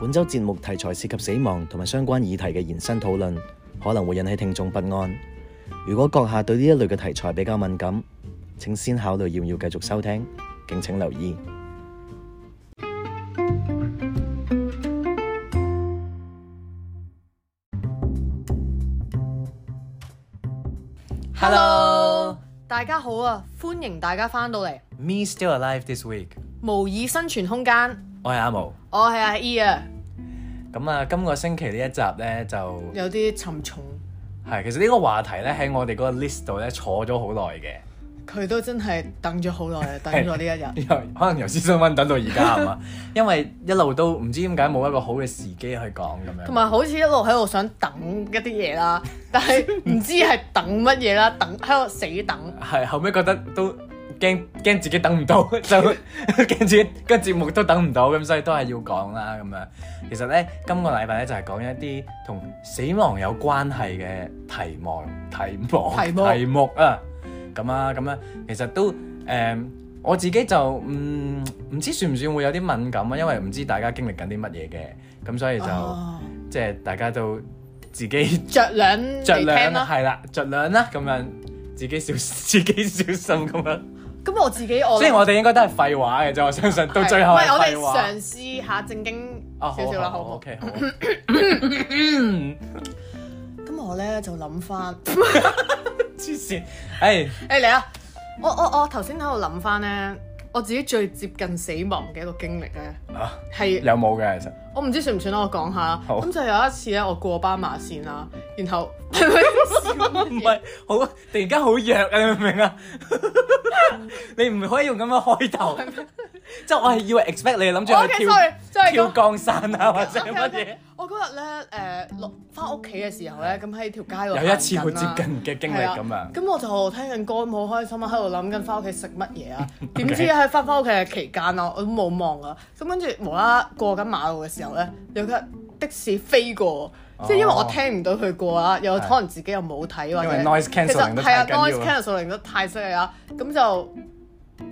週節目題材涉及死亡同埋相關議題嘅延伸討論，可能會引起聽眾不安。如果閣下對呢一類嘅題材比較敏感，請先考慮要唔要繼續收聽，敬請留意。 Hello，大家好啊！歡迎大家翻到嚟《 Me still alive this week，無以生存空間》，我係阿毛。我係阿 E 啊，咁啊，今個星期呢一集呢，就有啲沉重，係其實呢個話題呢，喺我哋嗰個 list 度呢，坐咗好耐 嘅，佢都真係等咗好 耐啊，等咗呢一日。因為可能由 season one 等到而家係嘛， 因為一路都唔知點解冇一個好嘅時機去講咁樣。同埋好似一路喺度想等一啲嘢啦，但係 唔知係等乜嘢啦，等喺度死等。係後尾覺得都驚驚自己等唔到， 就驚自己個節目都等唔到，咁所以都係要講啦咁樣。其實呢，今個禮拜呢，就係、講一啲同死亡有關係嘅題目、題目、題目啊，咁啊咁啊，其實都誒、嗯我自己就嗯唔知算唔算會有啲敏感啊，因為唔知大家經歷緊啲乜嘢嘅，咁所以就、哦即係大家都自己。着兩嚟着啊聽量啦，啦。係啦，着量啦，咁樣自己小自己小心 咁樣。咁我自己我雖然我哋應該都係廢話嘅啫，我相信到係最後喂係我哋廢話。嘗試下正經啊，好少少啦，好好唔好？ OK，好。咁我咧就諗翻。黐線，哎誒誒嚟啊！我我我頭先喺度諗翻咧，我自己最接近死亡嘅一個經歷咧，啊，係有冇嘅其實？我唔知算唔算啦，我講下。好咁就有一次咧，我過斑馬線啦，然 後 係咪笑唔乜嘢係好，突然間好弱啊！你明唔明啊？ 你唔可以用咁樣開頭，即係我係以為 expect 你諗住 OK，去 sorry，再跳嚟跳講降傘啊，或者 OK，OK，乜嘢？我嗰日咧誒落翻屋企嘅時候咧，咁喺條街度有一次好行緊啦接近嘅經歷咁係啊樣。咁我就聽緊歌，好開心啊，喺度諗緊翻屋企食乜嘢 啊。點 OK 知喺翻翻屋企嘅期間啊，我都冇望啊。咁跟住無啦啦過緊馬路嘅時候咧，有架的士飛過。哦即係因為我聽唔到佢過啦，又可能自己又冇睇或者因為 noise 其實 cancelling 都係啊太緊要，noise cancelling 都太犀利啦。咁就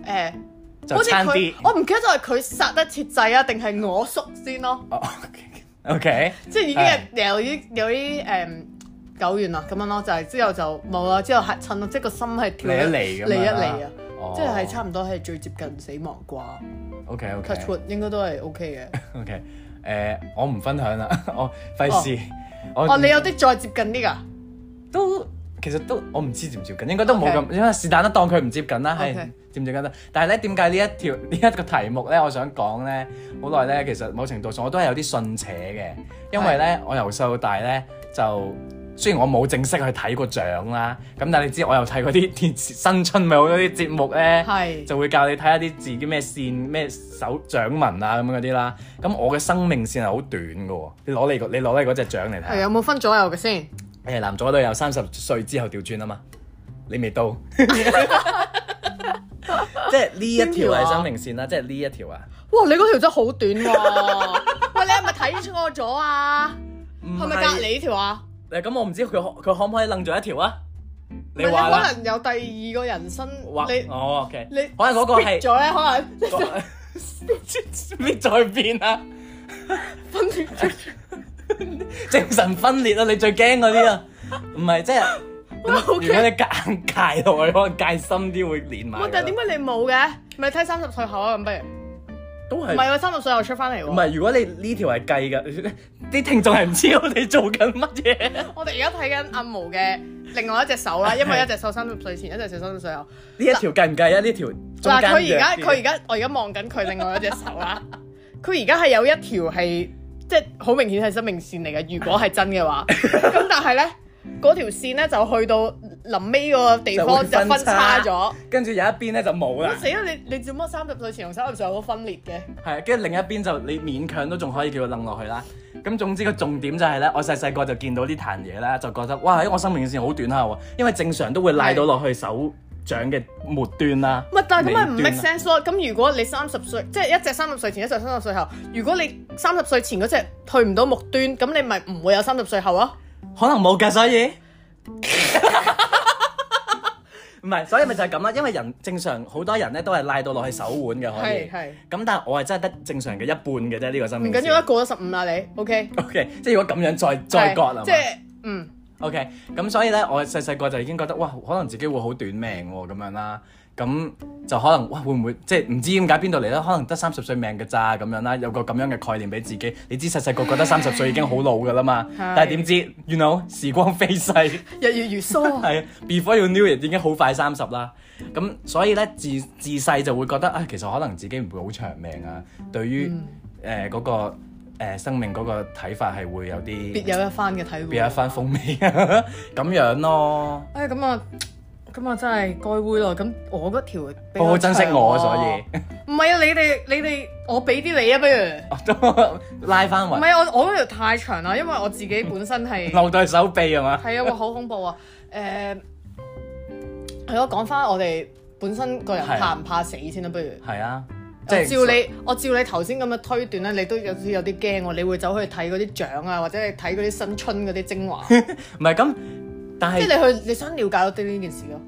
誒，就好似差佢啲，我唔記得咗係佢殺得切掣啊，定係我縮先咯。哦，OK，即係已經係有啲有啲誒久遠啦，咁樣咯，就係之後就冇啦，之後嚇親咯，即係個心係跳嚟一嚟咁樣嚟一啦嚟啊，哦即係係差唔多係最接近死亡啩 OK OK ，touch wood 應該都係 OK 嘅。 OK，誒、我唔分享啦， 我費事，我哦，你有啲再接近啲㗎？都其實都我唔知接唔接近，應該都冇咁 OK 因為是但啦，當佢唔接近啦，係 OK 接唔接近啦。但係咧，點解呢一條 呢一個題目咧，我想講咧，好耐咧，其實某程度上我都係有啲信邪嘅，因為咧，我由細到大咧就。雖然我冇正式去睇過獎啦，咁但係你知我又睇嗰啲電視新春咪好多啲節目咧，係就會教你睇下啲自己咩線咩手掌紋啊咁樣嗰啲啦。咁我嘅生命線係好短嘅喎，你攞你個你攞你嗰隻獎嚟睇下係。有冇分左右嘅先？誒男左女右三十歲之後調轉啊嘛，你未到， 即係呢一條係生命線啦，即係呢一條啊，哇！你嗰條真係好短喎， 喂，你係咪睇錯咗啊？係咪隔離呢條啊？誒咁我唔知佢可佢可唔可以楞咗一條啊？唔你係你話啦可，能有第二個人生，哇你哦 OK，你可能嗰個 split 係咗咧，可 能嗰 搣在邊啊，分裂咗精神分裂啊，你最驚嗰啲啊，唔 係即係。如果你夾硬戒落去，可能戒深啲會連埋㗎喂啦。，但係點解你冇嘅？咪睇三十歲後啊，咁不如都唔係係喎，三十歲後出翻嚟唔喎。係？如果你呢條係計㗎， 啲聽眾係唔知我哋做緊乜嘢。我哋而家睇緊阿毛嘅另外一隻手 啦，因為一隻手三十歲前，一隻手三十歲後。呢一條計唔計啊？呢條嗱，中間佢而家弱啲佢而家我而家望緊佢另外一隻手 啦。佢而家係有一條係即係好明顯係生命線嚟嘅，如果係真嘅 話。咁但係咧，嗰條線咧就去到臨尾嗰個地就方會就分分叉叉咗。跟住有一邊咧就冇啦咁，死啦！你你做乜三十歲前同三十歲後都分裂嘅？係跟住另一邊就你勉強都仲可以叫佢楞落去啦。咁總之個重點就係咧，我細細個就見到呢壇嘢啦，就覺得哇，喺我生命線好短下喎，因為正常都會拉到落去手掌嘅末端啦。唔係，但係咁咪唔尾端啊 make 啦 sense 咯。咁如果你三十歲，即係一隻三十歲前，一隻三十歲後。如果你三十歲前嗰隻去唔到目端，咁你咪唔會有三十歲後咯。可能冇㗎，所以唔係，所以咪就係咁啦。因為人正常好多人咧都係拉到落去手腕嘅可以係，係咁但係我係真係得正常嘅一半嘅啫，呢個生唔命線。緊要啊啦，過咗十五啦你，OK， O、k 即係如果咁樣再再割啦係，即係嗯 O K，咁所以咧，我細細個就已經覺得，哇，可能自己會好短命喎、咁樣啦。咁就可能，哇，會唔會即係唔知點解邊度嚟咧？可能得三十歲命嘅咋咁樣啦，有個咁樣嘅概念俾自己。你知細細個覺得三十歲已經好老噶啦嘛，但係點知，you know，時光飛逝，日月如梭， 係 before you knew it 已經好快三十啦。咁所以咧，自自細就會覺得啊，其實可能自己唔會好長命啊。對於誒嗰個、呃、生命嗰個睇法係會有啲別有一番嘅體會。別有一番風味 咁樣咯。哎咁啊，咁啊真係該會咯。咁我嗰條比較好好珍惜我，長啊所喎以 唔係啊！你哋你哋，我俾啲你啊，不如。我都拉翻唔雲，係啊我我嗰條太長啦，因為我自己本身係留對手臂係嘛？係啊，哇，好恐怖啊！誒係咯，講翻我哋本身個人係啊怕唔怕死先啦，不如。係啊，即我係照你，我照你頭先咁嘅推斷咧，你都有啲有啲驚啊喎，你會走去睇嗰啲獎啊，或者你睇嗰啲新春嗰啲精華，即唔係咁，但係係你去你想了解多啲呢件事咯，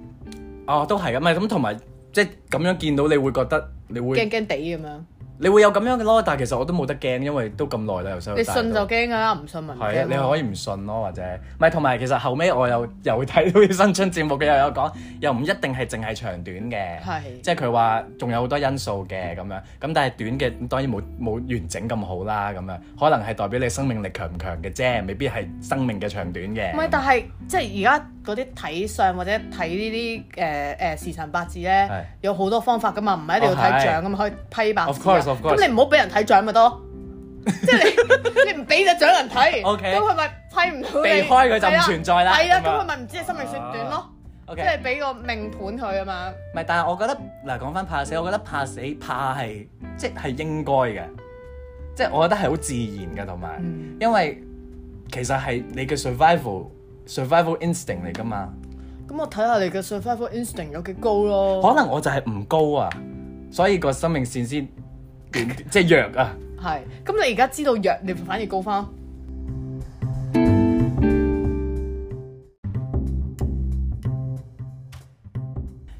哦都係咁，唔係咁同埋即係咁樣見到你會覺得你會驚驚地咁樣。你會有咁樣嘅咯，但係其實我都冇得驚，因為都咁耐啦，由細到大你信就都驚㗎啦，唔信咪唔係啊，驚你可咯。以唔信咯，或者唔係同埋其實後尾我又 又睇到啲新春節目嘅，又有講，又唔一定係淨係長短嘅，係即係佢話仲有好多因素嘅咁樣，咁但係短嘅咁當然冇冇完整咁好啦，咁樣可能係代表你生命力強唔強嘅啫，未必係生命嘅長短嘅。唔係，但係即係而家嗰啲睇相或者睇呢啲誒誒時辰八字係咧，有好多方法噶嘛，唔係一定要哦係睇獎咁可以批八字啊。 Of course, of course 咁你唔好俾人睇獎咪得，即係你你唔俾隻獎人 睇， OK 咁佢咪批唔到你。避開佢就唔係啊存在啦係啊，咁樣啊咁佢咪唔知你生命算短咯， OK，即係俾個命盤佢啊嘛。唔係，但係我覺得嗱講翻怕死，我覺得怕死怕係即係應該嘅，即係我覺得係好自然嘅，同埋、嗯因為其實係你嘅 survival survival instinct 嚟㗎嘛。咁我睇下你嘅 survival instinct 有幾高咯，可能我就係唔高啊，所以個生命線先短啲即係弱啊。係。咁你而家知道弱，你反而高翻。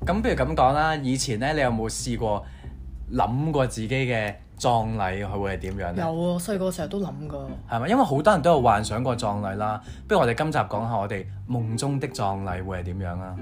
咁不如咁講啦，以前咧你有冇試過諗過自己嘅葬禮佢會係點樣有咧啊，？我細個成日都諗㗎。係咪？因為好多人都有幻想過葬禮啦。不如我哋今集講下我哋夢中的葬禮會係點樣啊啦？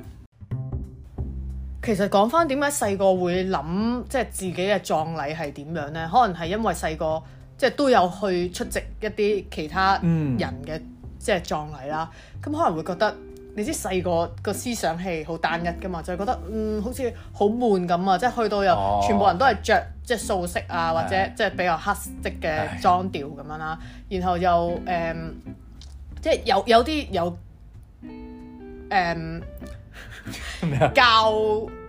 其實講翻點解細個會諗即係自己嘅葬禮係點樣呢？可能係因為細個即係都有去出席一啲其他嗯人嘅、即係葬禮啦。咁可能會覺得你知細個個思想係好單一噶嘛，就係覺得嗯好似好悶咁啊！即係去到又、哦全部人都係着即係素色啊，或者係即係比較黑色係嘅裝調咁樣啦。然後又誒、嗯即係有有啲有誒。嗯咩啊？教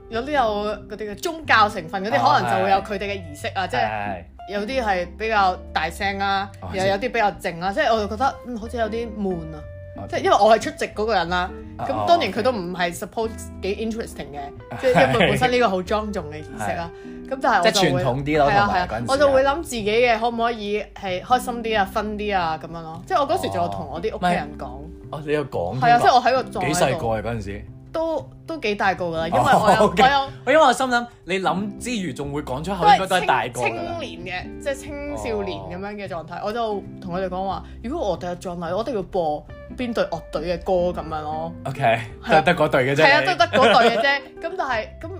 有啲有嗰啲嘅宗教成分嗰啲，哦可能就會有佢哋嘅儀式啊，即係係有啲係比較大聲啊哦，又即係有啲比較靜啊，即係我就覺得嗯好似有啲悶啊哦，即係因為我係出席嗰個人啦，哦咁哦當然，OK 佢都唔係 suppose 幾 interesting 嘅，即係因為本身呢個好莊重嘅儀式啊，咁但係我即係就會傳統啲咯係啊係同埋嗰陣啊時，我就會諗自己嘅可唔可以係開心啲啊、分啲啊咁樣咯，即係我嗰時就有同我啲屋企人講，哦，你有講係啊，添即係我喺個葬禮幾細個度啊嗰陣時，都都幾大個㗎啦，因為我有哦，OK 我有。因為我心諗你諗之餘仲會講出口，都應該都係青大個㗎哦啦。青年嘅，即係青少年咁樣嘅狀態。我就同佢哋講話，如果我哋有葬禮，我一定要播邊隊樂隊嘅歌咁樣咯。 OK，係得得嗰對嘅啫。係啊，你都得嗰隊嘅啫。咁但 係咁，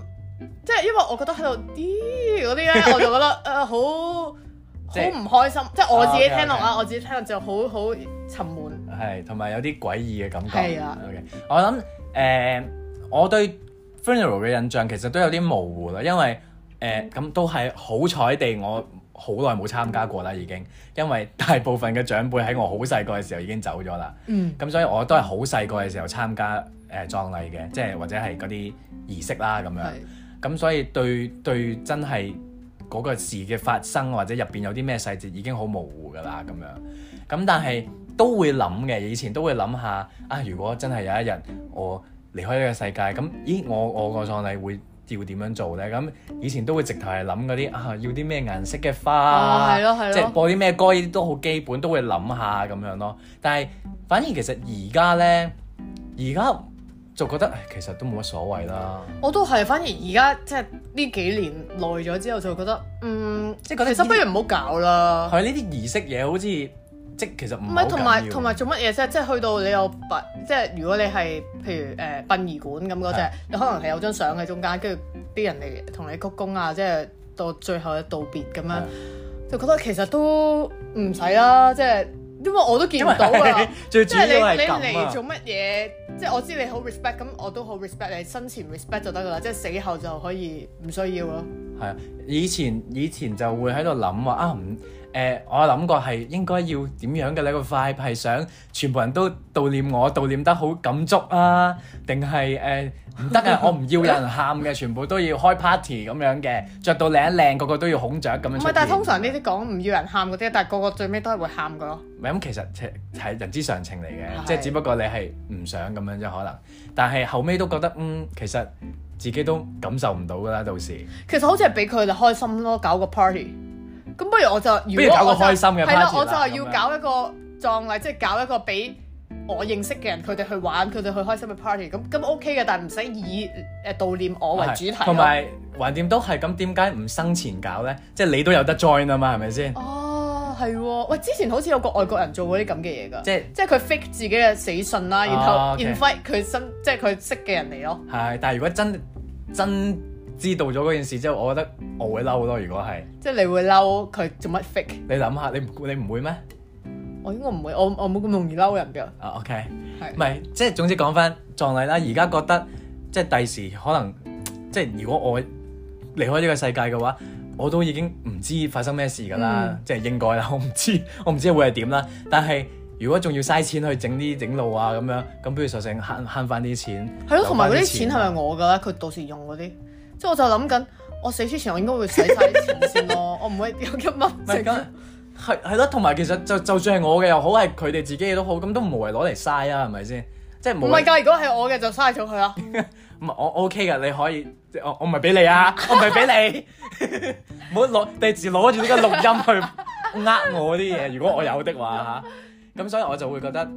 即係因為我覺得喺度啲嗰啲咧，我就覺得誒好即係好唔開心。即係我自己聽落啊啊，我自己聽落就好好沉悶。係，同埋有啲詭異嘅感覺。係啊 OK，我諗誒、呃我對 funeral 嘅印象其實都有啲模糊啦，因為誒咁、都係好彩地，我好耐冇參加過啦，已經，因為大部分嘅長輩喺我好細個嘅時候已經走咗啦。嗯，咁所以我都係好細個嘅時候參加誒、呃、葬禮嘅，即係或者係嗰啲儀式啦咁樣。係咁所以對對真係嗰個事嘅發生或者入邊有啲咩細節已經好模糊㗎啦咁樣。咁但係都會諗嘅，以前都會諗下啊，如果真係有一日我離開呢個世界，咁咦我我個葬禮會要點樣做呢？咁以前都會直頭係諗嗰啲啊，要啲咩顏色嘅花哦啊，係咯係咯即係播啲咩歌，呢啲都好基本，都會諗下咁樣咯。但係反而其實而家呢，而家就覺得唉其實都冇乜所謂啦，我都係，反而而家即係呢幾年耐咗之後，就覺得嗯，即係覺得其實不呢啲如唔好搞啦。係呢啲儀式嘢好似即其實唔唔係係，同埋同埋做乜嘢啫？即係去到你有殯，即係如果你係譬如誒、呃、殯儀館咁嗰係只，你可能係有張相喺中間，跟住啲人嚟同你鞠躬啊，即係到最後嘅道別咁樣，就覺得其實都唔使啦，即係因為我都見因唔到啊 為。最即主係要你係你咁嚟做啊，乜嘢？即係我知你好 respect，咁我都好 respect 你。生前 respect 就得噶啦，即係死後就可以唔需要咯。係啊，以前以前就會喺度諗話啊唔誒，我諗過係應該要點樣嘅呢個 vibe 係想全部人都悼念我，悼念得好感觸啊，定係誒唔 得啊，我唔要有人喊嘅，全部都要開 party 咁樣嘅，着到靚靚，個個都要孔雀咁樣唔出係，但係現通常呢啲講唔要人喊嗰啲，但係個個最尾都係會喊噶咯。唔係咁，其實係係人之常情嚟嘅，係即係只不過你係唔想咁樣啫，可能。但係後尾都覺得嗯，其實自己都感受唔到㗎啦，到時其實好似係俾佢哋開心咯，搞個 party。咁不如我就不如如果搞個我就開心嘅係啦， party 我就啦係要咁樣搞一個葬禮，即係搞一個俾我認識嘅人佢哋去玩，佢哋去開心嘅 party。咁咁 OK 嘅，但係唔使以誒悼念我為主題咯同埋橫掂都係咁，點解唔生前搞呢？即係你都有得 join 啊嘛，係咪先？哦，係喎，喂，之前好似有個外國人做過啲咁嘅嘢㗎，即係即係佢 fake 自己嘅死訊啦，然後哦，OK invite 佢身，即係佢識嘅人嚟咯。係，但係如果真真知道咗嗰件事之後，我覺得我會嬲咯。如果係即係你會嬲佢做乜 fake？你諗下，你唔你唔會咩？我應該唔會，我我冇咁容易嬲人㗎。啊，OK，係唔係即係總之講翻葬禮啦。而家覺得即係第時可能即係如果我離開呢個世界嘅話，我都已經唔知發生咩事㗎啦，嗯即係應該啦。 我唔知我唔知會係點啦。但係如果仲要嘥錢去整啲整路啊咁樣，咁不如索性慳慳翻啲錢。啊係咯，同埋嗰留啲返錢係咪我㗎咧？佢到時用嗰啲，即係我就諗緊，我死之前我應該會使晒啲錢先 咯，我唔會有一蚊唔係咁剩。係係咯，同埋其實就就算係我嘅又好，係佢哋自己嘅都好，咁都無謂攞嚟嘥啊，係咪先？即係唔無係謂。㗎，如果係我嘅就嘥咗佢啦。唔啊係我 OK 噶，你可以，即係我我唔係俾你 啊，我唔係俾你，唔好攞第時攞住呢個錄音去呃我啲嘢，如果我有的 話嚇，咁所以我就會覺得誒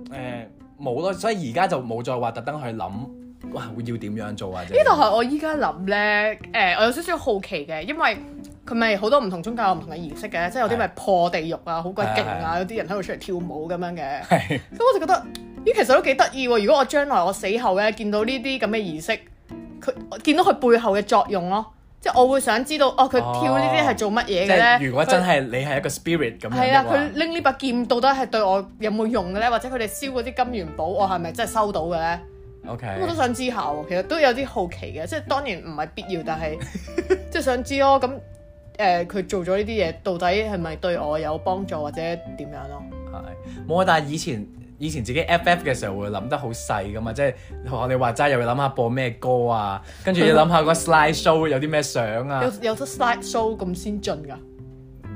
冇咯，所以而家就冇再話特登去諗，哇會要點樣做或啊者呢度係我依家諗咧，誒、我有少少好奇嘅，因為佢咪好多唔同宗教有唔同嘅儀式嘅，即係有啲咪破地獄啊，好鬼勁啊，有啲人喺度出嚟跳舞咁樣嘅。係咁我就覺得，咦，其實都幾得意喎！如果我將來我死後咧，見到呢啲咁嘅儀式，佢我見到佢背後嘅作用咯，即係我會想知道，哦，佢跳呢啲係做乜嘢嘅即咧？ 係如果佢真係你係一個 spirit 咁樣係啦，啊嘅話佢拎呢把劍到底係對我有冇用嘅咧？或者佢哋燒嗰啲金元寶，我係咪真係收到嘅咧？咁我都，OK，想知下喎，其實都有啲好奇嘅，即係當然唔係必要，但 係即係想知咯。咁誒，佢、做咗呢啲嘢，到底係咪對我有幫助或者點樣咯？係冇啊，但係以前。以前自己 FF 嘅時候會諗得好細噶嘛，即係學你話齋又會諗下播咩歌啊，跟住要諗下個 slide show 有啲咩相啊，有有得 slide show 咁先進㗎，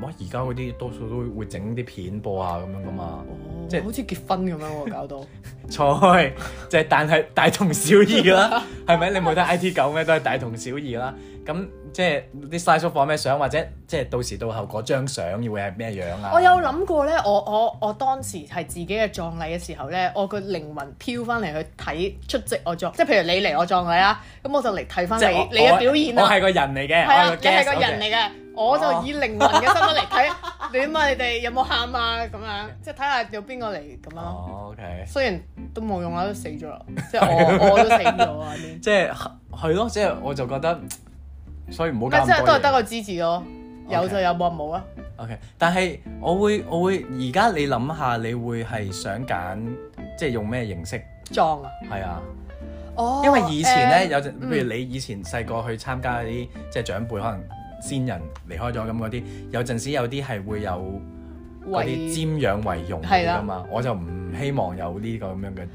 哇！而家嗰啲多數都會整啲片播啊下咁樣噶嘛，即即係係好似結婚咁樣喎，搞到菜就係但係大同 小 異啦，係咪？你冇睇 I T 九咩都係大同小異啦。咁即係啲 slide show 放咩相，或者即係到時到後嗰張相要會係咩樣 啊？我有諗過咧，我我我當時係自己嘅葬禮嘅時候咧，我個靈魂飄翻嚟去睇出席我葬，即係譬如你嚟我葬禮啦，咁我就嚟睇翻即係我你你嘅表現我啦。係個人嚟嘅，係啊，我你係個 guest，哦人 OK 嚟嘅，我就以靈魂嘅身份嚟睇你嘛， 你哋有冇喊啊咁樣，即係睇下有邊個嚟咁樣咯。哦，OK，雖然都冇用啦，啊都死咗啦，即係我我都死咗啊！呢即係係咯，即係我就覺得，嗯所以唔好咪搞即係咁都多係得嘢。個支持咯，有就有，冇就冇啊。 OK，但係我會我會而家你諗下，你會係想揀即係用咩形式？撞啊！係啊。哦因為以前咧、有陣，嗯譬如你以前細個去參加嗰啲即係長輩可能先人離開咗咁嗰啲，有陣時有啲係會有嗰為啲瞻仰為容係啦㗎嘛，我就唔希望有呢個咁樣嘅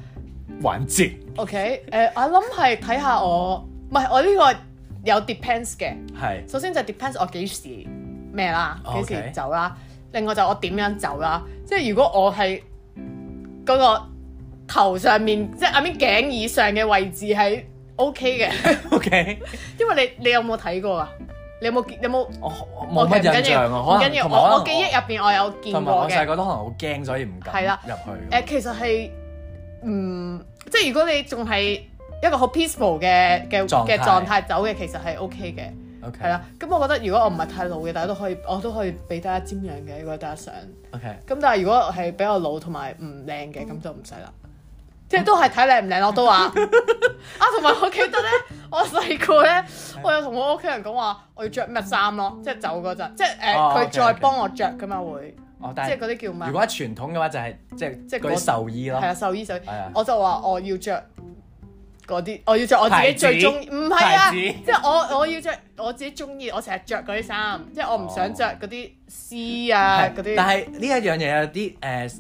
環節。 OK，誒、我諗係睇下我，唔係我呢個有 depends 嘅。係首先就 depends 我幾時咩啦，幾 OK 時走啦。另外就我點樣走啦。即係如果我係嗰個頭上面，即係阿 mean 頸以上嘅位置係 OK 嘅， OK，因為你你有冇睇過啊？你有冇見有冇？我我冇乜印象啊，唔可緊能要，同埋可能我我記憶入邊我有見同埋我過嘅細。個都可能好驚，所以唔敢係啦入去。誒、其實係，嗯，即係如果你仲係一個好 peaceful 嘅嘅狀態嘅狀態走嘅，其實係 OK 嘅。 OK，係啦，咁我覺得如果我唔係太老嘅，大家都可以，我都可以俾大家瞻仰嘅，如果大家想。咁 OK，但係如果係比較老同埋唔靚嘅，嗯咁就唔使啦。即係都係睇靚唔靚，我 都話。啊，同埋我記得咧，我細個咧，我有同我屋企人講話，我要着咩衫咯，即係走嗰陣，即係誒哦佢 OK，再 OK 幫我着噶嘛會，哦，即但係係嗰啲叫咩啊如？果喺傳統嘅話就係即係即係嗰啲嗰壽衣咯係，啊，獸醫獸醫係啊，我就話我要着嗰啲，我要着我自己最中意，唔係啊，牌子即係我我要着我自己中意，我成日着嗰啲衫，即係我唔想着嗰啲絲啊哦係嗰啲，但係呢一樣嘢有啲誒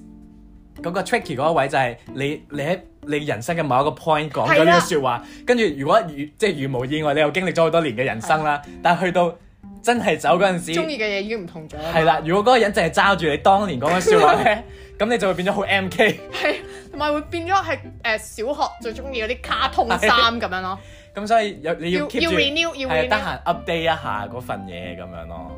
嗰個 tricky 嗰個位就係你你喺你人生嘅某一個 point 講咗係呢啦句説話，跟住如果如即係如無意外，你又經歷咗好多年嘅人生啦，但係去到真係走嗰陣中時，意嘅嘢已經唔同咗。係啦，，如果嗰個人淨係揸住你當年講嘅説話 咧，咁你就會變咗好 MK。係同埋會變咗係誒小學最中意嗰啲卡通衫咁樣咯，咁所以有你要要 keep 要住 renew 要係啊得 renew。閒 update 一下嗰份嘢咁樣咯。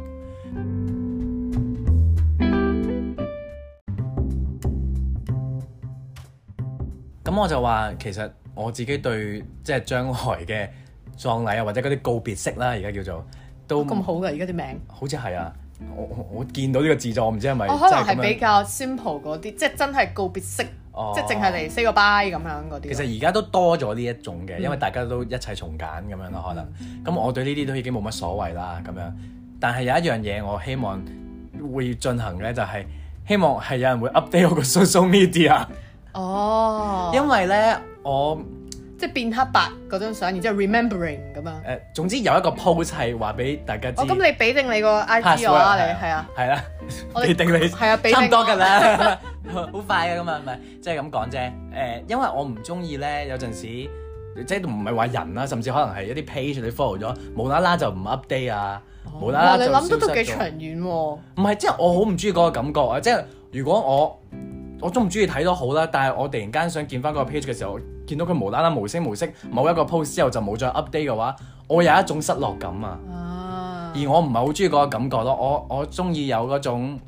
咁我就話其實我自己對即係將來嘅葬禮啊，或者嗰啲告別式啦，而家叫做都哦咁好㗎，而家啲名，好似係啊。我我我見到呢個字就我唔知係咪我可能真係咁樣比較 simple 嗰啲，即係真係告別式，哦即係淨係嚟 say 個 bye 咁樣嗰啲。其實而家都多咗呢一種嘅，因為大家都一齊重揀咁樣咯，可能。咁、我對呢啲都已經冇乜所謂啦，咁樣。但係有一樣嘢我希望會進行嘅就係、希望係有人會 update 我個 social media，哦，因為呢，我即係變黑白嗰張相，然之後 remembering 咁樣。誒、呃、總之有一個 post 係話俾大家知。哦，咁你俾定你個 IG 我啦，你係啊，，係啦， 我你哋定你係啊，俾定差我唔多㗎，啦， 好快嘅咁啊，唔係即係咁講啫。誒，因為我唔中意咧，有陣時即係唔係話人啦，甚至可能係一啲 page 你 follow 咗，無啦啦就唔 update 啊，無啦啦哦哇，你就諗得都消幾失咗長遠喎，唔係，即係我好唔中意嗰個感覺啊！即係如果我我中唔中意睇都好啦，但係我突然間想見翻嗰個 page 嘅時候，見到佢無啦啦無聲無息某一個 post 之後就冇再 update 嘅話，我有一種失落感啊！啊，而我唔係好中意嗰個感覺咯，我我中意有嗰種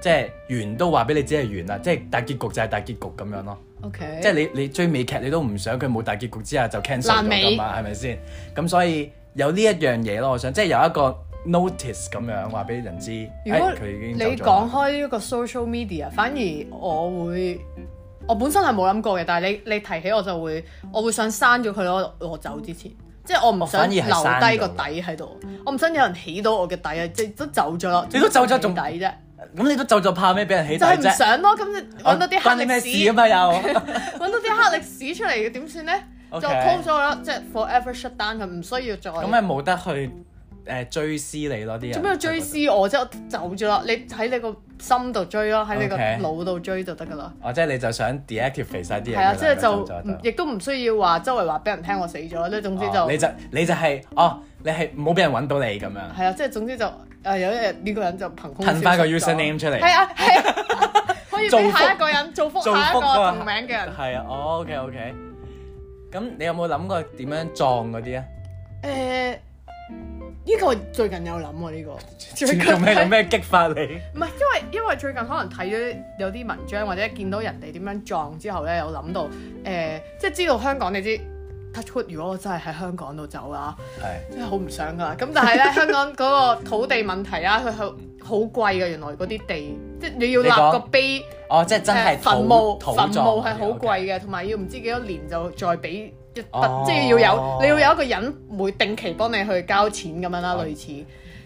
即係完都話俾你知係完啦，即係大結局就係大結局咁樣咯。 OK，即係你你追美劇你都唔想佢冇大結局之下就 cancel 咗爛㗎尾嘛，係咪先？咁所以有呢一樣嘢咯，我想即係有一個 notice 咁樣話俾人知，如果哎佢已經你走咗啦講開呢一個 social media，反而我會，我本身係冇諗過嘅，但係你你提起我就會，我會想刪咗佢咯，我走之前。即係我哦唔反想而係留刪咗低個底喺度，我唔想有人起到我嘅底啊！即係都走咗咯，你都走咗仲仲起底啫，咁你都就就怕咩俾人起就底係唔啫？想咯。咁你我揾到啲關黑你咩歷事史啊嘛又？ 揾到啲黑歷史出嚟嘅點算咧？就 OK close 咗佢啦，即係 forever shut down 佢，唔需要再。咁啊咪冇得去誒追思你咯啲人。做咩要追？思我啫？我走咗啦，你喺你個心度追咯，喺你個 OK 腦度追就得噶啦。哦，即係你就想 deactivate 晒啲嘢㗎係啦。啊，即係佢走咗就得唔亦都唔需要話周圍話俾人聽我死咗咧。總之就哦係你就你就係、哦，你係冇俾人揾到你咁樣，啊，即係總之就誒有一日呢個人就憑空噴翻個消失咗 user name 出係嚟，啊係 啊，可以造福俾下一個人造福造福下一個啊同名嘅人。係啊、哦、，OK OK。咁你有冇諗過點樣撞嗰 啲啊？誒，呢個最近有諗喎呢個。最近有咩睇有咩激發你？唔係，因為因為最近可能睇咗有啲文章，或者見到人哋點樣撞之後咧，有諗到誒、呃即係知道香港你知 touch wood，如果我真係喺香港度走啊，係真係好唔想噶啦。咁但係咧，香港嗰個土地問題啊，佢好好貴嘅，原來嗰啲地，即係你要你立講個碑，哦，即係真係誒墳土墓，土墳葬墓嗰啲係好 OK 貴嘅，同埋要唔知幾多年就再俾一筆，哦即係要有你要有一個人會定期幫你去交錢咁樣啦，類似。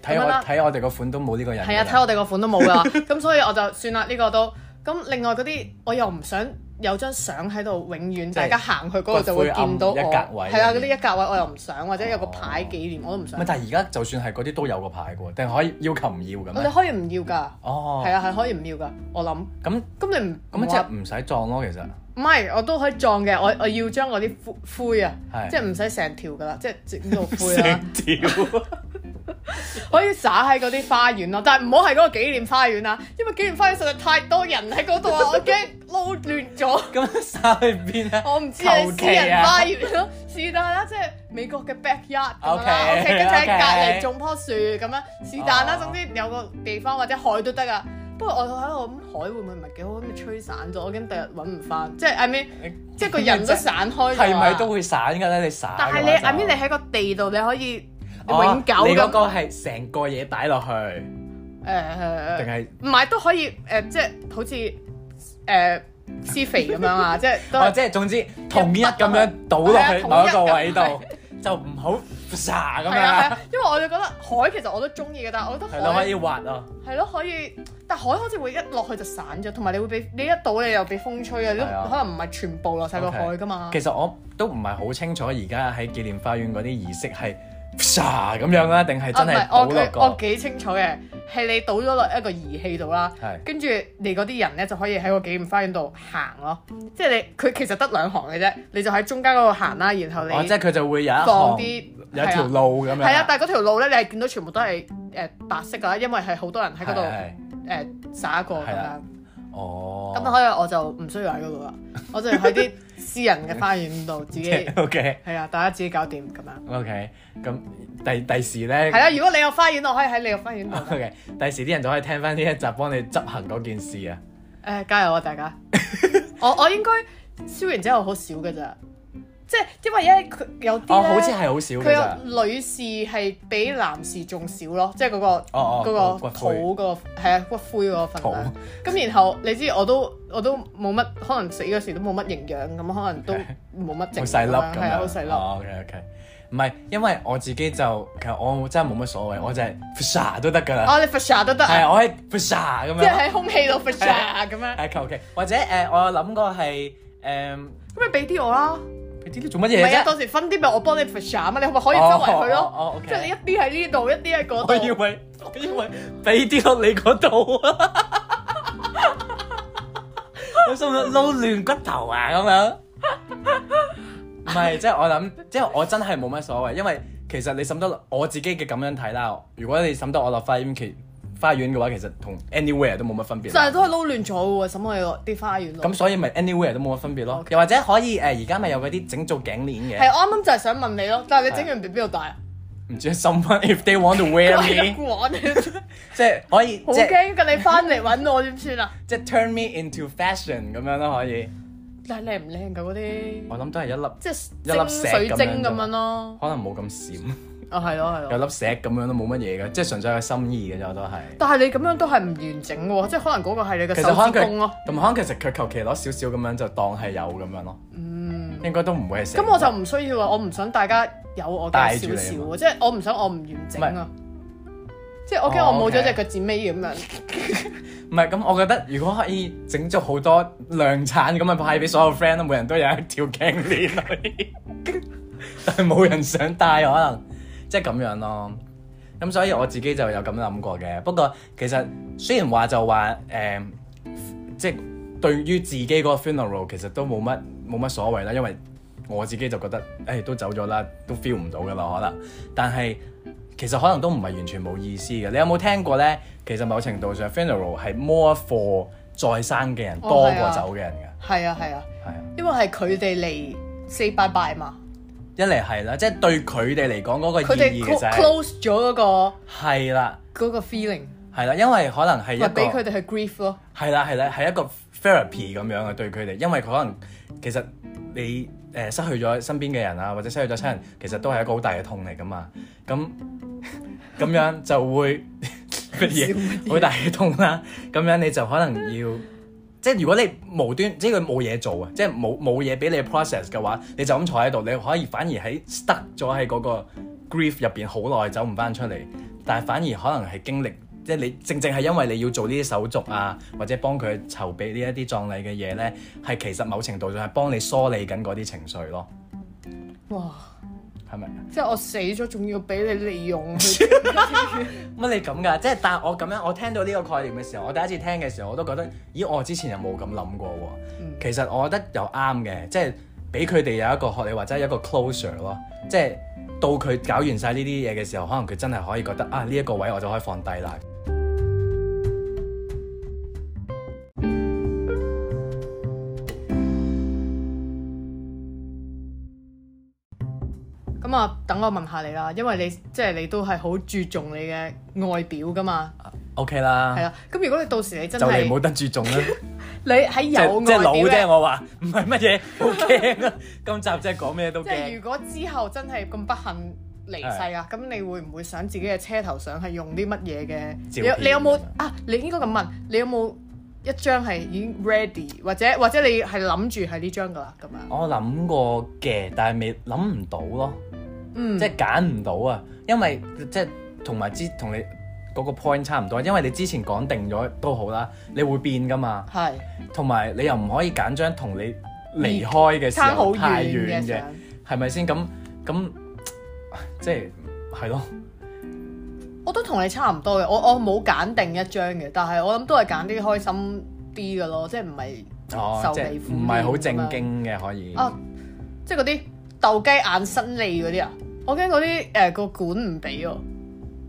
睇咁樣我啦睇我哋個款都冇呢個人㗎。係啊，睇我哋個款都冇啦， 咁所以我就算啦，呢個都咁。另外嗰啲我又唔想有張相喺度，永遠即係大家行去嗰度就會見到我，骨灰龕一格位係啊啦，嗰啲一格位我又唔想，或者有個牌哦紀念我都唔想唔係，。但係而家就算係嗰啲都有個牌嘅喎，定係可以要求唔要嘅我咩哋？可以唔要㗎，啊哦，係啊，係可以唔要㗎。我諗咁咁你唔咁唔即係話唔使撞咯，其實唔係，我都可以撞嘅。我我要將嗰啲灰灰啊係，即係唔使成條㗎啦，即係整到 灰啦，條 可以撒喺嗰啲花園咯。但係唔好係嗰個紀念花園啊，因為紀念花園實在太多人喺嗰度啊，我驚撈亂咗。咁撒去邊啊？我唔知啊，求私其啊人花園咯，是但啦，即係美國嘅 backyard 咁樣 OK，啦，OK，跟住喺 OK 隔離種棵樹咁樣，是但啦，哦總之有個地方或者海都得啊，不過我喺度諗海會唔會唔係幾好，咁咪吹散咗，驚第日揾唔翻。即係 I mean，即係個人都散開咗啊。係咪都會散㗎咧？你散嘅話但就，係你 I mean，你喺個地度你可以哦永久你嗰個咁係成個嘢擺落去，定誒，係唔係都可以誒，即係好似誒施肥咁樣啊，即係都哦，係即係總之同一咁樣倒落去係啊某一個統一位咁度，就唔好撒咁係啊係樣啊。，因為我哋覺得海其實我都中意嘅，但係我覺係得咯，可海以滑啊！係咯可以，但海好似會一落去就散咗，同埋你會俾你一倒你又俾風吹啊，你都係啊可能唔係全部落晒個 OK 海噶嘛。其實我都唔係好清楚而家喺紀念花園嗰啲儀式係撒咁樣啦，定係真係啊倒唔落係我我個幾清楚嘅，係你倒咗落一個儀器度啦，係跟住你嗰啲人咧就可以喺個紀念花園度行咯，即係你佢其實得兩行嘅啫，你就喺中間嗰度行啦，然後你哦，即係佢就會有一放行啲有一條路咁樣。係啊，但係嗰條路咧你係見到全部都係誒白色噶啦，因為係好多人喺嗰度係係誒灑過咁係樣啦。哦， 咁啊所以我就唔需要喺嗰度啦，我就喺啲私人嘅花園度 自己 OK 係啊，大家自己搞掂咁樣。 OK，咁第第時咧係啦，啊如果你有花園，我可以喺你個花園度。 ，OK，第時啲人就可以聽翻呢一集，幫你執行嗰件事啊。誒、加油啊大 家！我我應該燒完之後好少嘅咋，即係因為咧佢有啲哦，呢好似係好少嘅咋。佢有女士係比男士仲少咯，即係嗰、個嗰、哦哦個骨灰土嗰、個係啊骨灰嗰個份量。咁然後你知我都我都冇乜，可能死嗰時都冇乜營養，咁可能 都冇乜好剩細粒咁樣咁係樣，啊好細粒。哦，OK OK，唔係，因為我自己就其實我真係冇乜所謂，我就係 fusha 都得㗎啦。哦，你 f s h a 都得係啊，我喺 fusha 咁即係樣，喺空氣度 f s h 係 a 啊咁樣。係求其或者誒，我有諗過係誒，咁你俾啲我啦，你啲啲做乜唔嘢係啊，啫？到時分啲俾我幫你 f s h a 啊嘛，你可唔可以周圍去哦哦咯哦？，OK 即係你一啲喺呢度，一啲喺嗰我以度。為我以為俾啲落你嗰度啊！我心諗撈亂骨頭啊咁樣，唔係即係我諗，即係我真係冇乜所謂，因為其實你審得落我自己嘅咁樣睇啦。如果你審得我落花園其花園嘅話，其實同 anywhere 都冇乜分就別係啦。都係撈亂咗嘅喎，沈我哋啲花園度。咁所以咪 anywhere 都冇乜分別咯。又或者可以誒，而家咪有嗰啲整做頸係鏈嘅，我啱啱就係想問你咯，但係你整完 B B 度大啊？唔知 someone if they want to wear 我喺 me，度玩，即係可以好即係驚㗎！你翻嚟揾我點算啊？即係 turn me into fashion 咁樣咯，可以。但係靚唔靚㗎嗰啲？我諗都係一粒，即係一粒蒸石水咁樣晶咁啫嘛樣咯。可能冇咁閃， 啊，係咯係有咯。粒石咁樣都冇乜嘢嘅，即係純粹係心意嘅啫，我都係。但係你咁樣都係唔完整喎，即係可能嗰個係你嘅其實手可指能公佢咯。，同埋可能其實佢求其攞少少咁樣就當係有咁樣咯。嗯，應該都唔會係成咁我就唔需要啊，我唔想大家有我嘅帶少住你啊少啊，即係我唔想我唔完整啊。即係我驚哦我冇咗 OK 只腳趾尾咁樣，唔係咁，我覺得如果可以整咗好多量產咁啊，派俾所有 friend 咯，每人都有一條頸鏈可以，但係冇人想戴可能，即係咁樣咯。咁所以我自己就有咁諗過嘅。不過其實雖然話就話誒、即係對於自己嗰個 funeral 其實都冇乜冇乜所謂啦，因為我自己就覺得誒、唉都走咗啦，都 feel 唔到噶啦可能，但係。其實可能都唔係完全冇意思嘅。你有冇聽過呢？其實某程度上，funeral 係 more for 在生嘅人哦多過係啊走嘅人嘅，係啊係啊，係啊。因為係佢哋嚟 say bye bye 嘛，一嚟係啦，即係對佢哋嚟講嗰個佢哋意義 clo- 其實係 close 咗嗰個係啦，嗰個 feeling，係啦，因為可能係一咪俾佢個哋去 grief 咯。係啦係啦係一個 therapy 咁樣啊嘅對佢哋，因為佢可能其實你誒、呃失去咗身邊嘅人啊，或者失去咗親人，其實都係一個好大嘅痛嚟噶嘛。咁 咁樣就會乜笑嘢 好大嘅痛啦。咁樣你就可能要，即係如果你無端，即係佢冇嘢做啊，即係冇冇嘢俾你 process 嘅話，你就咁坐喺度，你可以反而喺 stuck 咗喺嗰個 grief 入邊好耐，走唔翻出嚟。但係反而可能係經歷，即係你正正係因為你要做呢啲手續啊，或者幫佢籌備呢一啲葬禮嘅嘢咧，係其實某程度上係幫你梳理緊嗰啲情緒咯，哇！係咪？啊即係我死咗，仲要俾你利用 去乜你咁噶？即係但係我咁樣，我聽到呢個概念嘅時候，我第一次聽嘅時候，我都覺得，咦，我之前又冇咁諗過喎。其實我覺得又啱嘅，即係俾佢哋有一個學你話齋一個 closure 咯，即係到佢搞完晒呢啲嘢嘅時候，可能佢真係可以覺得啊，呢、一個位我就可以放低啦。咁啊，等我問下你啦，因為你即係你都係好注重你嘅外表噶嘛， OK 啦係，啦。咁如果你到時你真就嚟係冇得注重啦，你喺即有係即係老外表啫，咧，我話唔係乜嘢，好驚 啊！今集真係講咩都即係驚如。果之後真係咁不幸離世啊，咁你會唔會想自己嘅車頭相係用啲乜嘢嘅？照你有片你有冇咁樣啊？你應該咁問，你有冇一張係已經 ready，或者或者你係諗住係呢張㗎啦咁樣？我諗過嘅，但係未諗唔到咯，嗯，即係揀唔到啊！因為即係同埋之同你嗰個 point 差唔多，因為你之前講定咗都好啦，你會變噶嘛，係同埋你又唔可以揀張同你離開嘅時差好候遠太嘅遠嘅相，。係咪先？咁咁即係係咯，我都同你差唔多嘅，我我冇揀定一張嘅，但係我諗都係揀啲開心啲嘅咯，即係唔係哦，愁即係眉苦唔係好臉咁正樣經嘅可以。啊，即係嗰啲鬥雞眼伸脷嗰啲啊，我驚嗰啲誒個管唔俾喎，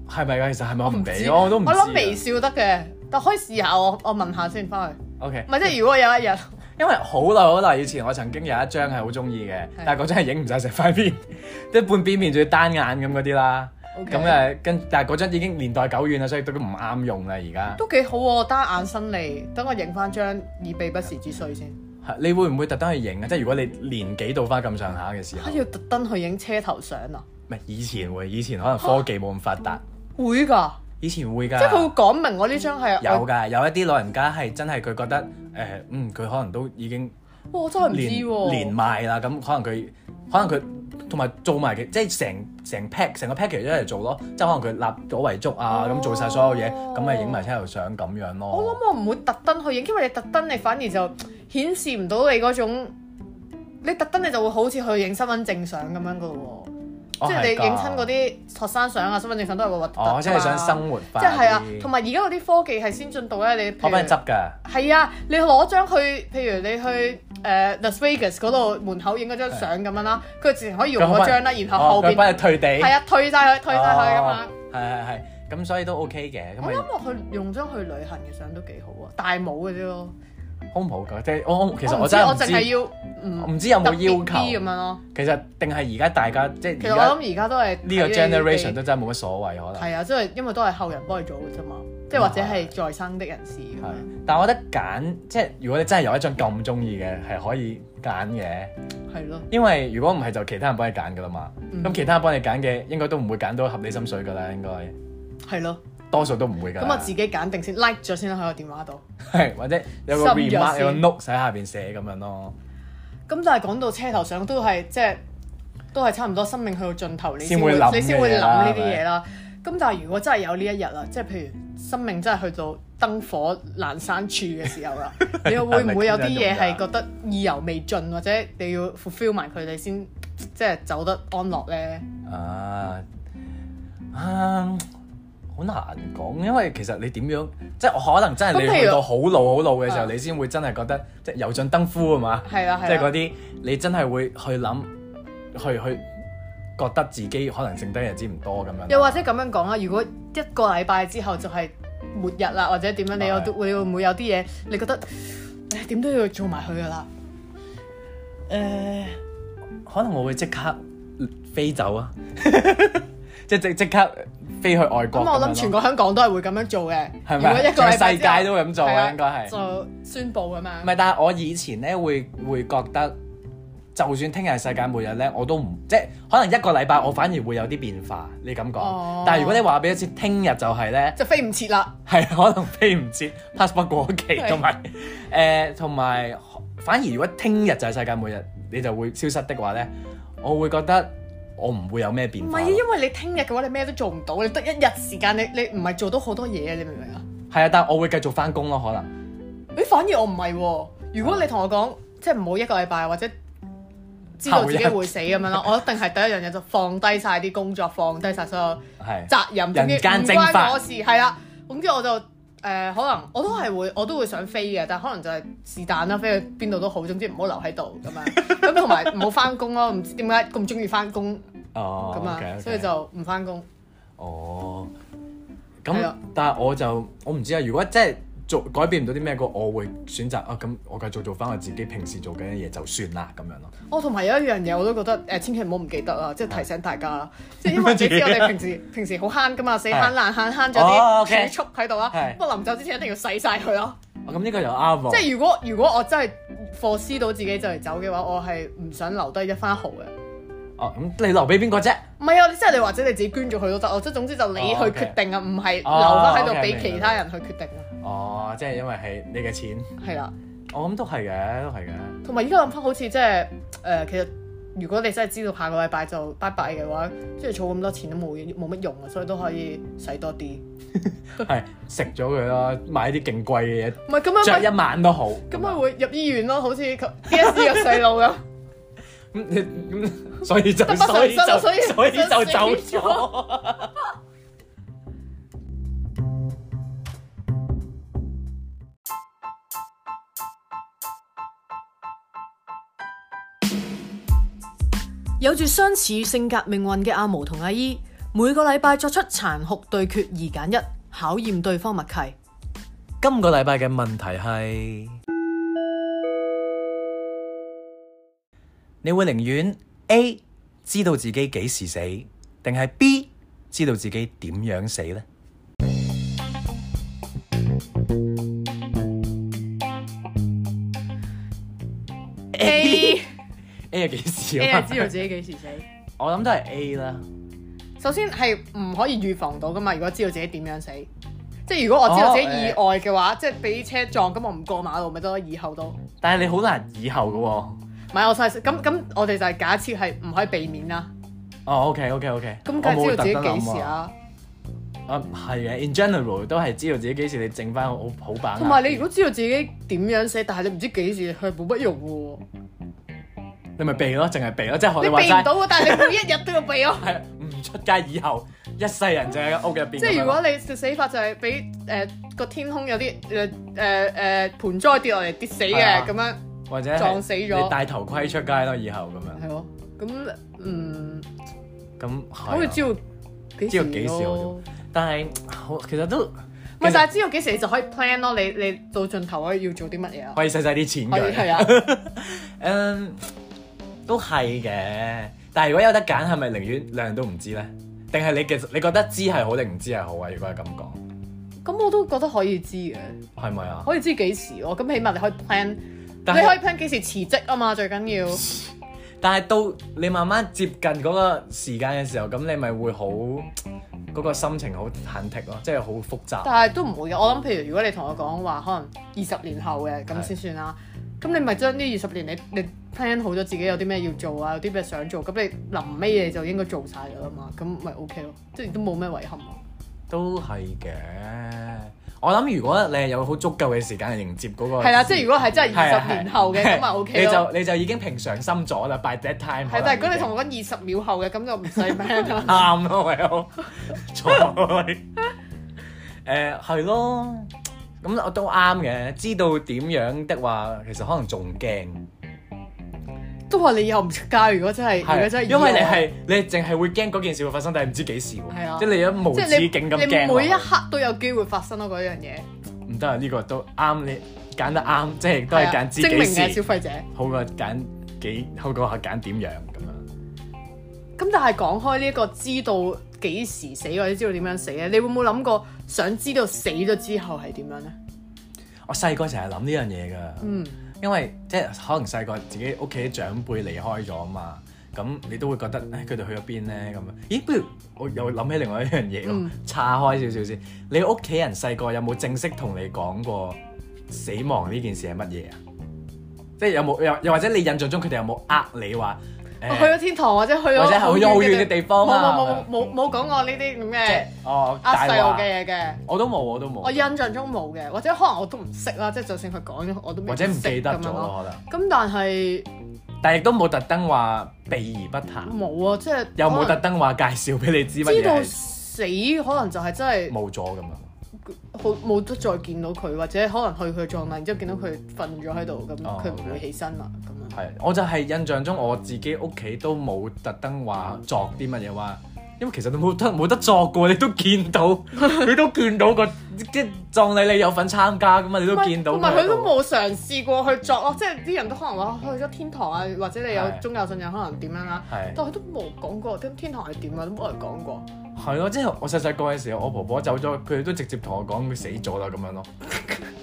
係咪㗎？啊其實係咪我唔俾？知我都唔知我啊。諗微笑得嘅，但可以試下我我問下先翻去， O K，唔係即係如果有一日因為好耐好耐以前，我曾經有一張係好中意嘅，但係嗰張係影唔晒成塊面， 即係半邊面仲要單眼咁嗰啲啦。 OK 咁誒，跟但係嗰張已經年代久遠啦，所以都唔啱用啦。而家都幾好喎，單眼伸脷，等我影翻張以備不時之需先，係你會唔會特登去影啊？即係如果你年紀到翻咁上下嘅時啊候，要特登去影車頭相啊，唔係以前會，以前可能科技冇咁發達，會㗎，以前會㗎。哦即係佢會講明我呢張係有㗎，有一啲老人家係真係佢覺得誒、嗯，佢可能都已經。我，哇我真係唔連知喎，連賣啦，咁可能佢可能佢同埋做埋嘅，即係成成 pack 成個 package 一齊做咯，即係可能佢立咗遺囑啊，咁做晒所有嘢，咁咪影埋車頭相咁樣哦我咯。諗我唔會特登去影，因為你特登你反而就顯示唔到你嗰種，你特登你就會好似去影身份證相咁樣噶咯喎，哦即係你係㗎影親嗰啲學生相啊、身份證相都係會核突㗎嘛哦，即係想生活化即係係啊，啲哦同埋而家嗰啲科技係先進到咧，你我譬幫你如執㗎，係啊，你攞張去，譬如你去誒 Las Vegas 嗰度門口影嗰張相咁樣啦，佢直情可以用佢可唔嗰可以張啦，然後後嗯哦佢幫邊你退地，係啊退晒佢，退晒佢咁樣哦。，係係係，咁所以都 OK 嘅，咁我咪諗我去用張去旅行嘅相都幾好啊，戴帽嘅啫咯。好唔好㗎？即係我我其實唔我知真係我唔淨係知，要唔唔知有冇特別啲咁要樣求。咯。其實定係而家大家即其係實而我家諗而家都係呢個睇呢啲 generation 都真係冇乜所謂可能。係啊，即係因為都係後人幫佢做嘅啫嘛，即係啊或者係在生的人士咁係樣，，但係我覺得揀即係如果你真係有一張咁中意嘅，係可以揀嘅，係咯。因為如果唔係就其他人幫你揀噶啦嘛。嗯咁、其他人幫你揀嘅應該都唔會揀到合你心水噶啦，應該係咯，多數都唔會㗎啦。咁我自己揀定先，like 咗先啦喺個電話度。係或者有個心咗 remark 有個先 note 喺下邊寫咁樣咯，咁但係講到車頭上都係即係都係差唔多生命去到盡頭，你先會會諗你先會諗呢啲嘅嘢嘢啦。咁但係如果真係有呢一日啦，即係譬如生命真係去到燈火闌珊處嘅時 候啦，你又會唔會有啲嘢係覺得意猶未盡，或者你要 fulfill 埋佢哋先即係走得安樂咧？啊啊好難講，因為其實你點樣即係我可能真咁係譬你如去到好老好老嘅時候，啊你先會真係覺得即係油盡燈枯啊嘛。係啦，即係係嗰啦，啲你真係會去諗，去去覺得自己可能剩低日子唔多咁樣。又或者咁樣講啦，如果一個禮拜之後就係末日啦，或者點樣，你有係都會會唔會有啲嘢你覺得誒點都要做埋佢噶啦？誒，可能我會即刻飛走啊！ 即即即刻飛去外咁國樣咯。我諗全個香港都係會咁樣做嘅，係如咪果一個禮拜之後全世界都會咁做嘅係啊應該係就宣佈咁樣。唔係，但係我以前咧會會覺得，就算聽日係世界末日咧，我都唔即係可能一個禮拜我反而會有啲變化。你咁講，哦但係如果你話俾我知聽日就係咧。就飛唔切啦，係可能飛唔切 passport 過期，係同埋 誒同埋反而如果聽日就係世界末日，你就會消失的話咧，我會覺得我唔會有咩唔變係化啊，咯。因為你聽日嘅話，你咩都做唔到，你得一日時間，你你唔係做到好多嘢啊，你明唔明啊？係啊，但我會繼續翻工咯，可能誒，反而我唔係喎，如果你同我講，即係唔好一個禮拜或者知道自己會死咁樣啦，我一定係第一樣嘢就放低晒啲工作，放低晒所有係責任，總之人間唔蒸發關我事，係啦。總之我就誒、呃可能我都係會，我都會想飛嘅，但係可能就係是但啦，飛去邊度都好，總之唔好留喺度咁 樣。咁同埋唔好翻工咯，唔知點解咁中意翻工哦咁啊 OK，OK 所以就唔翻工。哦係咁啊，但係我就我唔知啊。如果即係做改變唔到啲咩個，我會選擇啊咁，我繼續做翻我自己平時做緊嘅嘢就算啦咁樣咯。我哦同埋有一樣嘢我都覺得誒、呃千祈唔好唔記得啦，即係提醒大家啦，即係因為 你知我哋平時平時好慳噶嘛，死慳爛慳慳咗哦啲，OK 儲蓄喺度啦係，不過臨走之前一定要洗晒佢咯。啊咁呢個又啱喎。即係如果如果我真係 foresee 到自己就嚟走嘅話，我係唔想留低一分一毫嘅。哦咁，你留俾邊個啫？唔係啊，你即係你或者你自己捐咗佢都得，我即係總之就你去哦，OK 決定啊，唔係留哦翻喺度 OK，俾明白其他人去決定啊，哦，即係因為係你嘅錢。係啦。我諗都係嘅，都係嘅。同埋依家諗翻好似即係誒，其實如果你真係知道下個禮拜就拜拜嘅話，即係儲咁多錢都冇嘢冇乜用啊，所以都可以使多啲。係食咗佢啦，買啲勁 貴嘅嘢，唔係咁樣着咪一晚都好。咁咪會入醫院咯，好似 DSE 嘅細路咁。咁你咁，所以就得不償所以失就啊所以所以就就走死咗咗。有住相似性格命運嘅阿毛同阿姨，每個禮拜作出殘酷對決二揀一，考驗對方默 契。今個禮拜嘅問題係：你會寧願 A 知道自己幾時死，定係 B 知道自己點樣死呢？ A A 係幾時 A 啊？哎係知道自己幾時死。我諗都係 A 啦。首先係唔可以預防到噶嘛，如果知道自己點樣死，即係如果我知道自己意外嘅話，即係俾車撞，咁我唔過馬路咪得咯，以後都。唔但係你好難以後嘅喎、係我細咁咁，我哋就係假設係唔可以避免啦。哦，OK OK OK，咁梗係知道自己我冇特登幾諗時喎？啊？啊，係嘅，in general 都係知道自己幾時你剩翻好好啊把握。同埋你如果知道自己點樣死，但係你唔知幾時，佢係冇乜用嘅你咪避咯，淨係避咯，即係喎。學你你話避唔齋，到啊嘅，但係你每一日都要避 咯。係啊唔出街以後，一世人就喺屋入邊咁樣咯。即係如果你嘅死法就係俾誒個天空有啲誒誒誒盆栽跌落嚟跌死係嘅啊咁樣，或者係撞死咗你戴頭盔出街咯，以後咁樣係咯。咁嗯，咁係啊可以知道幾知時道幾時咯我。但係好其實都唔係，但係知道幾時你就可以 plan 咯。你你到盡頭可以要做啲乜嘢啊？可以使晒啲錢可以嘅。係啊，嗯，都係嘅。但係如果有得揀，係咪寧願兩樣都唔知咧？定係你其實你覺得知係好定唔知係好啊？如果係咁講，咁我都覺得可以知嘅，係咪啊？可以知幾時喎。咁起碼你可以 plan，你但可以係 plan 幾時辭職啊嘛，最緊 要。但係到你慢慢接近嗰個時間嘅時候，咁你咪會好嗰個心情好忐忑咯，即係好複雜。但係都唔會嘅。我諗，譬如如果你同我講話，可能二十年後嘅咁先算啦。咁你咪將呢二十年你你 plan 好咗自己有啲咩要做啊，有啲咩想做，咁你臨尾你就應該做晒㗎啦嘛。咁咪 OK 咯，即係都冇咩遺憾咯。都係嘅。我諗如果你係有好足夠嘅時間去迎接嗰個，係啦，即係如果係真係哦係二啊十年後嘅，係咁咪 OK 你咯。就你就已經平常心咗啦。By that time，係，但係如果你可能已經同我講二十秒後嘅，咁就唔使 plan 啦。 啱咯，唯有錯位。 誒係咯，咁我都啱嘅。知道點樣的話，其實可能仲驚，都話你以後唔出街，如果真係，如果真係啊係意因為外你係你係淨係會驚嗰件事會發生，但係唔知幾時係啊喎。即係你一無即止係你境咁你每一驚刻都有機會發生咯嗰樣嘢。落去，唔得啊！呢個都啱你揀得啱，即係都係係啊揀知精明幾嘅消時，費者。好過揀幾好過揀點樣咁樣。咁但係講開呢一個知道幾時死或者知道點樣死咧，你會唔會諗過想知道死咗之後係點樣咧？我細個成日諗呢樣嘢㗎。嗯，因為即係可能細個自己屋企長輩離開咗嘛，咁你都會覺得誒佢哋去咗邊咧咁樣。咦，不如我又諗起另外一樣嘢嗯喎，岔開少少先。你屋企人細個有冇正式同你講過死亡呢件事係乜嘢啊？即係有冇又又或者你印象中佢哋有冇呃你話誒我去咗天堂或者去咗或者係好遠嘅地方冇啊？冇冇冇冇講過呢啲咁即係嘅哦呃大細路話嘅，嘢嘅。我都冇我都我冇，印象中冇嘅，或者可能我都唔識啦，即係就算佢講咗，我都未或者唔記得識咁咗樣咯。咯可咁能，但係但係亦都冇特登話避而不談。冇啊，即係有冇可特能登話介紹俾你知乜知道嘢係死？可能就係真係冇咗咁樣？好冇得再見到佢，或者可能去佢葬禮，然之後見到佢瞓咗喺度，咁哦佢唔會 OK 起身啦，咁樣。係，我就係印象中我自己屋企都冇特登話作啲乜嘢話因為其實你冇得冇得作嘅喎，你都 見到，你都見到個即係葬禮你有份參加噶嘛，你都見到。同埋佢都。冇嘗試過去作咯，即係啲人都可能話去咗天堂啊，或者你有係宗教信仰可能點樣啦，係但佢都冇講過，咁天堂係點啊，都冇人講過。係咯，即係我細細個嘅時候，我婆婆走咗，佢都直接同我講佢死咗啦咁樣咯，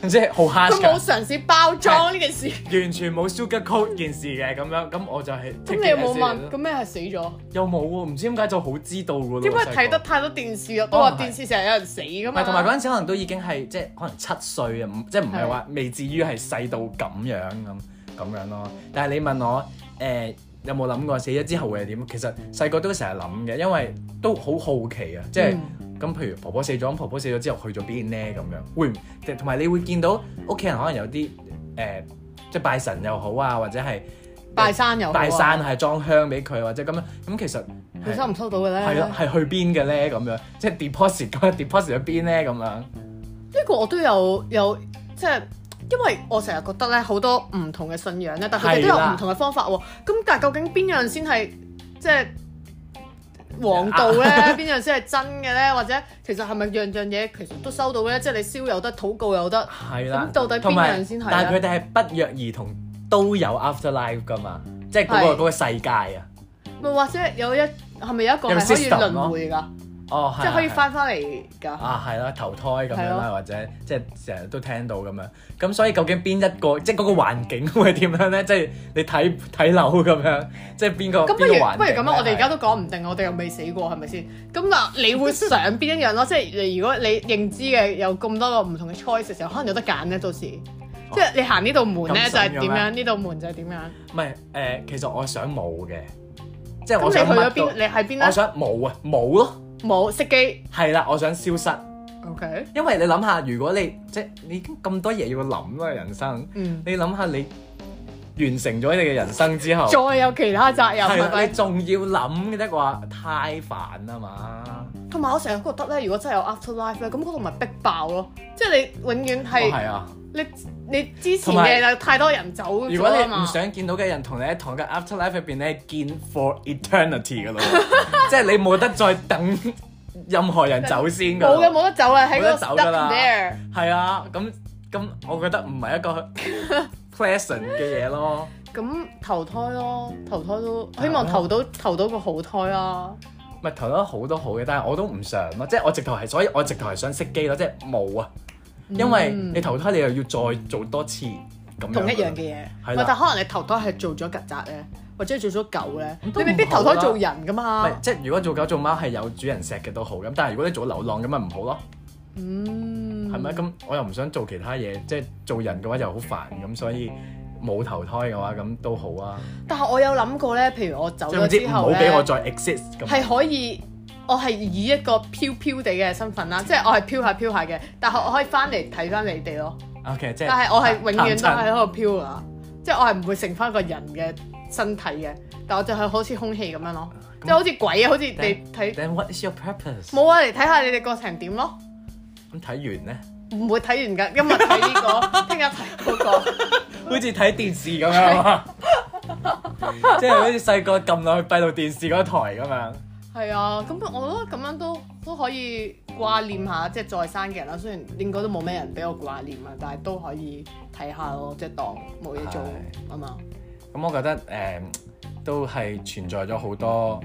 即係好 hard 佢冇㗎，嘗試包裝呢件事， 完全冇 sugar coat 件事嘅咁樣，咁我就係咁你有 take it as 冇 it 問？咯咁咩係死咗？又冇喎，唔知點解就好知道㗎咯。點解細個睇得啊太多電視啊？都話可能係電視成日有人死噶唔嘛。係，同埋嗰陣時可能都已經係即係可能七歲啊，唔即係唔係話未至於係細到咁樣咁咁樣咯。但係你問我誒、有冇諗過死咗之後會係點？其實細個都成日諗嘅，因為都好好奇嗯啊，即係咁、譬如婆婆死咗，咁婆婆死咗之後去咗邊呢？咁樣會唔即係同埋你會見到屋企人可能有啲誒、即係拜神又好啊，或者係拜山又好啊拜山係裝香俾佢，或者咁樣咁其實佢收唔收到嘅咧？係咯，係去邊嘅咧？咁樣即係 deposit 咁樣 deposit 咗邊咧？咁樣。呢個我都有有即係。因為我成日覺得咧好多唔同嘅信仰咧，但佢哋都有係啦唔同嘅方法喎。咁但係究竟邊樣先係即係王道咧？啊 邊樣先係真嘅咧？或者其實係咪樣樣嘢其實都收到咧？即係你燒又得，禱告又得。係啦，咁到底邊同埋樣先係啊但係咧佢哋係不約而同都有 afterlife 噶嘛，即係嗰、個係嗰個世界啊。咪或者有一係咪有一個有係可以 system 咯輪迴㗎？哦，係即係可以係翻翻嚟㗎？啊，係啦，投胎咁樣係啦，或者即係成日都聽到咁樣。咁所以究竟邊一個即係嗰個環境會點樣咧？即係你睇睇樓咁樣，即係邊個咁邊不個如環境不如咁啦，呢我哋而家都講唔定，我哋又未死過，係咪先？咁 嗱，你會想邊一樣咯？即係你如果你認知嘅有咁多個唔同嘅 choice 嘅時候，可能有得揀咧。到時即係你行呢度門咧，哦咁就筍係嘅咩點樣？呢度門就係點樣？唔係誒，其實我想冇嘅，即係咁我想你去咗乜都邊？你喺邊我咧？想冇啊，冇咯，冇熄機。係啦，我想消失。 OK，因為你諗下，如果你即係你已經咁多嘢要諗啦，人生，嗯你諗下你完成咗你嘅人生之後，再有其他責任係哦係啦，咪你？仲要諗嘅話，太煩啦嘛。同埋我成日覺得咧，如果真係有 afterlife 咧，咁嗰度咪逼爆咯。即係你永遠哦係係啊，你你之前同埋嘅有太多人走如果咗啊你唔嘛。想見到嘅人同你喺同一個 afterlife 入邊咧，見 for eternity 噶咯，即係你冇得再等任何人走先噶。冇嘅，冇得走啦，喺冇得嗰走度㗎啦 stuck there。係啊，咁咁，我覺得唔係一個 pleasant 嘅嘢咯。咁投胎咯，投胎都啊希望投到投到個好胎啊啦。咪投咗好多好嘅，但係我都唔想咯，即係我直頭係，所以我直頭係想熄機咯，即係冇啊，嗯因為你投胎你又要再做多次咁樣同一樣嘅嘢，係唔啦係但可能你投胎係做咗曱甴咧，或者做咗狗咧，都你唔未必好投啦胎做人噶唔嘛。係即係如果做狗做貓係有主人錫嘅都好咁，但係如果你做流浪咁咪唔好咯，嗯，係咪、咁我又唔想做其他嘢，即係做人嘅話又好煩咁，所以冇投胎嘅話咁都好啊，但係我有諗過咧，譬如我走即係咗唔知之唔後好俾咧，我再 exist 咁。係可以。我係以一個飄飄地嘅身份啦，即係我係飄下飄下嘅，但係我可以翻嚟睇翻你哋咯。 OK，即係但係我係永遠都 探親喺度飄噶，即係我係唔會成翻一個人嘅身體嘅，但我就係好似空氣咁樣咯，即係好似鬼啊，好似你 Then- 睇 Then what is your purpose？冇啊，嚟睇下你哋過程點咯，咁睇完咧，唔會睇完 㗎，今日睇呢個，聽日睇嗰個，好似睇電視咁樣啊，即係好似細個撳落去閉路電視嗰台咁樣。係啊，咁我覺得咁樣都都可以掛念下，即係在生嘅人啦，雖然應該都冇咩人俾我掛念啊，但係都可以睇下咯，即係當冇嘢做係啊嘛，咁我覺得誒、都係存在咗好多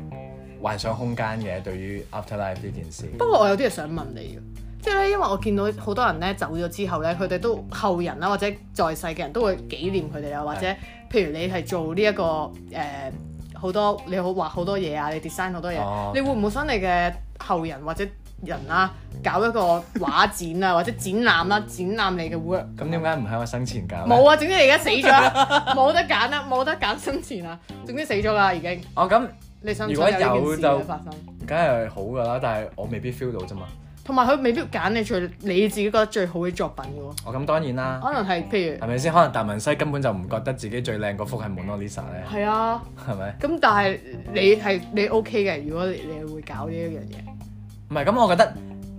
幻想空間嘅，對於 afterlife 呢件事。不過我有啲嘢想問你嘅，即係咧，因為我見到好多人咧走咗之後咧，佢哋都後人啦，或者在世嘅人都會紀念佢哋啊啦，或者譬如你係做呢、一個誒好、多你好畫好多嘢啊，你 design 好多嘢，哦你會唔會想你嘅後人或者人啦、搞一個畫展啊，或者展覽啦、 展覽你嘅 work？咁點解唔喺我生前搞呢？冇啊，總之你而家死咗 啦，冇得揀啦，冇得揀生前啦，總之死咗啦已經。哦，咁你想唔如想有呢果件事有嘅就發生？梗係好噶啦，但係我未必 feel 到啫嘛。同埋佢未必揀你最你自己覺得最好嘅作品嘅喎。我哦咁當然啦，可能係譬係咪先？可能達文西根本就唔覺得自己最靚嗰幅係 Mona Lisa 咧如，係啊，係咪？咁但係你係你 OK 嘅，如果你你會搞呢一樣嘢，啊唔係咁，我覺得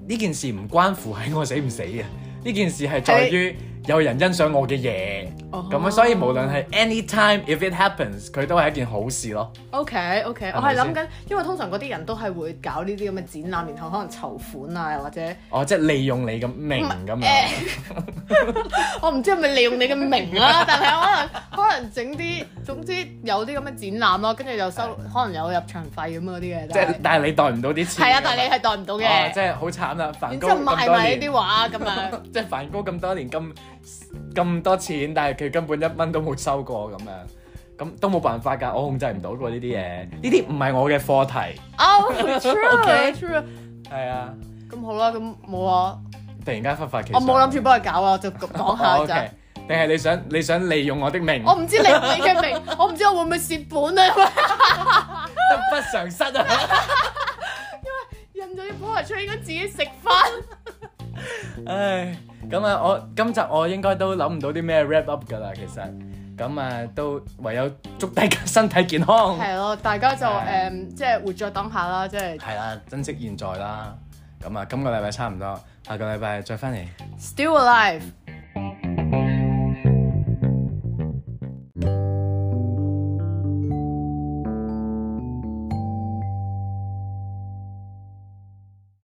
呢件事唔關乎喺我死唔死嘅，呢件事係在於有人欣賞我嘅嘢，哦咁樣所以無論係 anytime if it happens，佢都係一件好事咯。 OK OK，我咪係先諗緊，因為通常嗰啲人都係會搞呢啲咁嘅展覽，然後可能籌款啊，或者哦，即係利用你嘅名咁樣，誒，我唔知係咪利用你嘅名 啦，但係可能可能整啲，總之有啲咁嘅展覽咯，跟住又收，可能有入場費咁嗰啲嘅，即係但但係你袋唔到啲錢。係啊，但係你係代唔到哦嘅，即係好慘啦，梵然高之後咁賣多埋呢年啲，畫咁 樣。即係梵高咁多年咁咁多錢，但係佢根本一蚊都冇收過咁樣，咁都冇辦法㗎，我控制唔到過呢啲嘢，呢啲唔係我嘅課題，哦，true OK true，係啊，咁好啦，咁冇啊，突然間忽發奇我想，冇諗住幫佢搞啊，我就講下哦咋。 ，OK，定係你想你想利用我的名，我唔知你你嘅名，我唔知我會唔會蝕本啊！ 得不償失啊！印咗啲 po 出嚟，應該自己食翻。唉，咁啊，我今集我應該都諗唔到啲咩 wrap up 㗎啦，其實，咁啊都唯有祝大家身體健康，係咯，大家就係誒，即係活在當下啦，即係係啦，珍惜現在啦，咁啊，今個禮拜差唔多，下個禮拜再翻嚟。 still alive。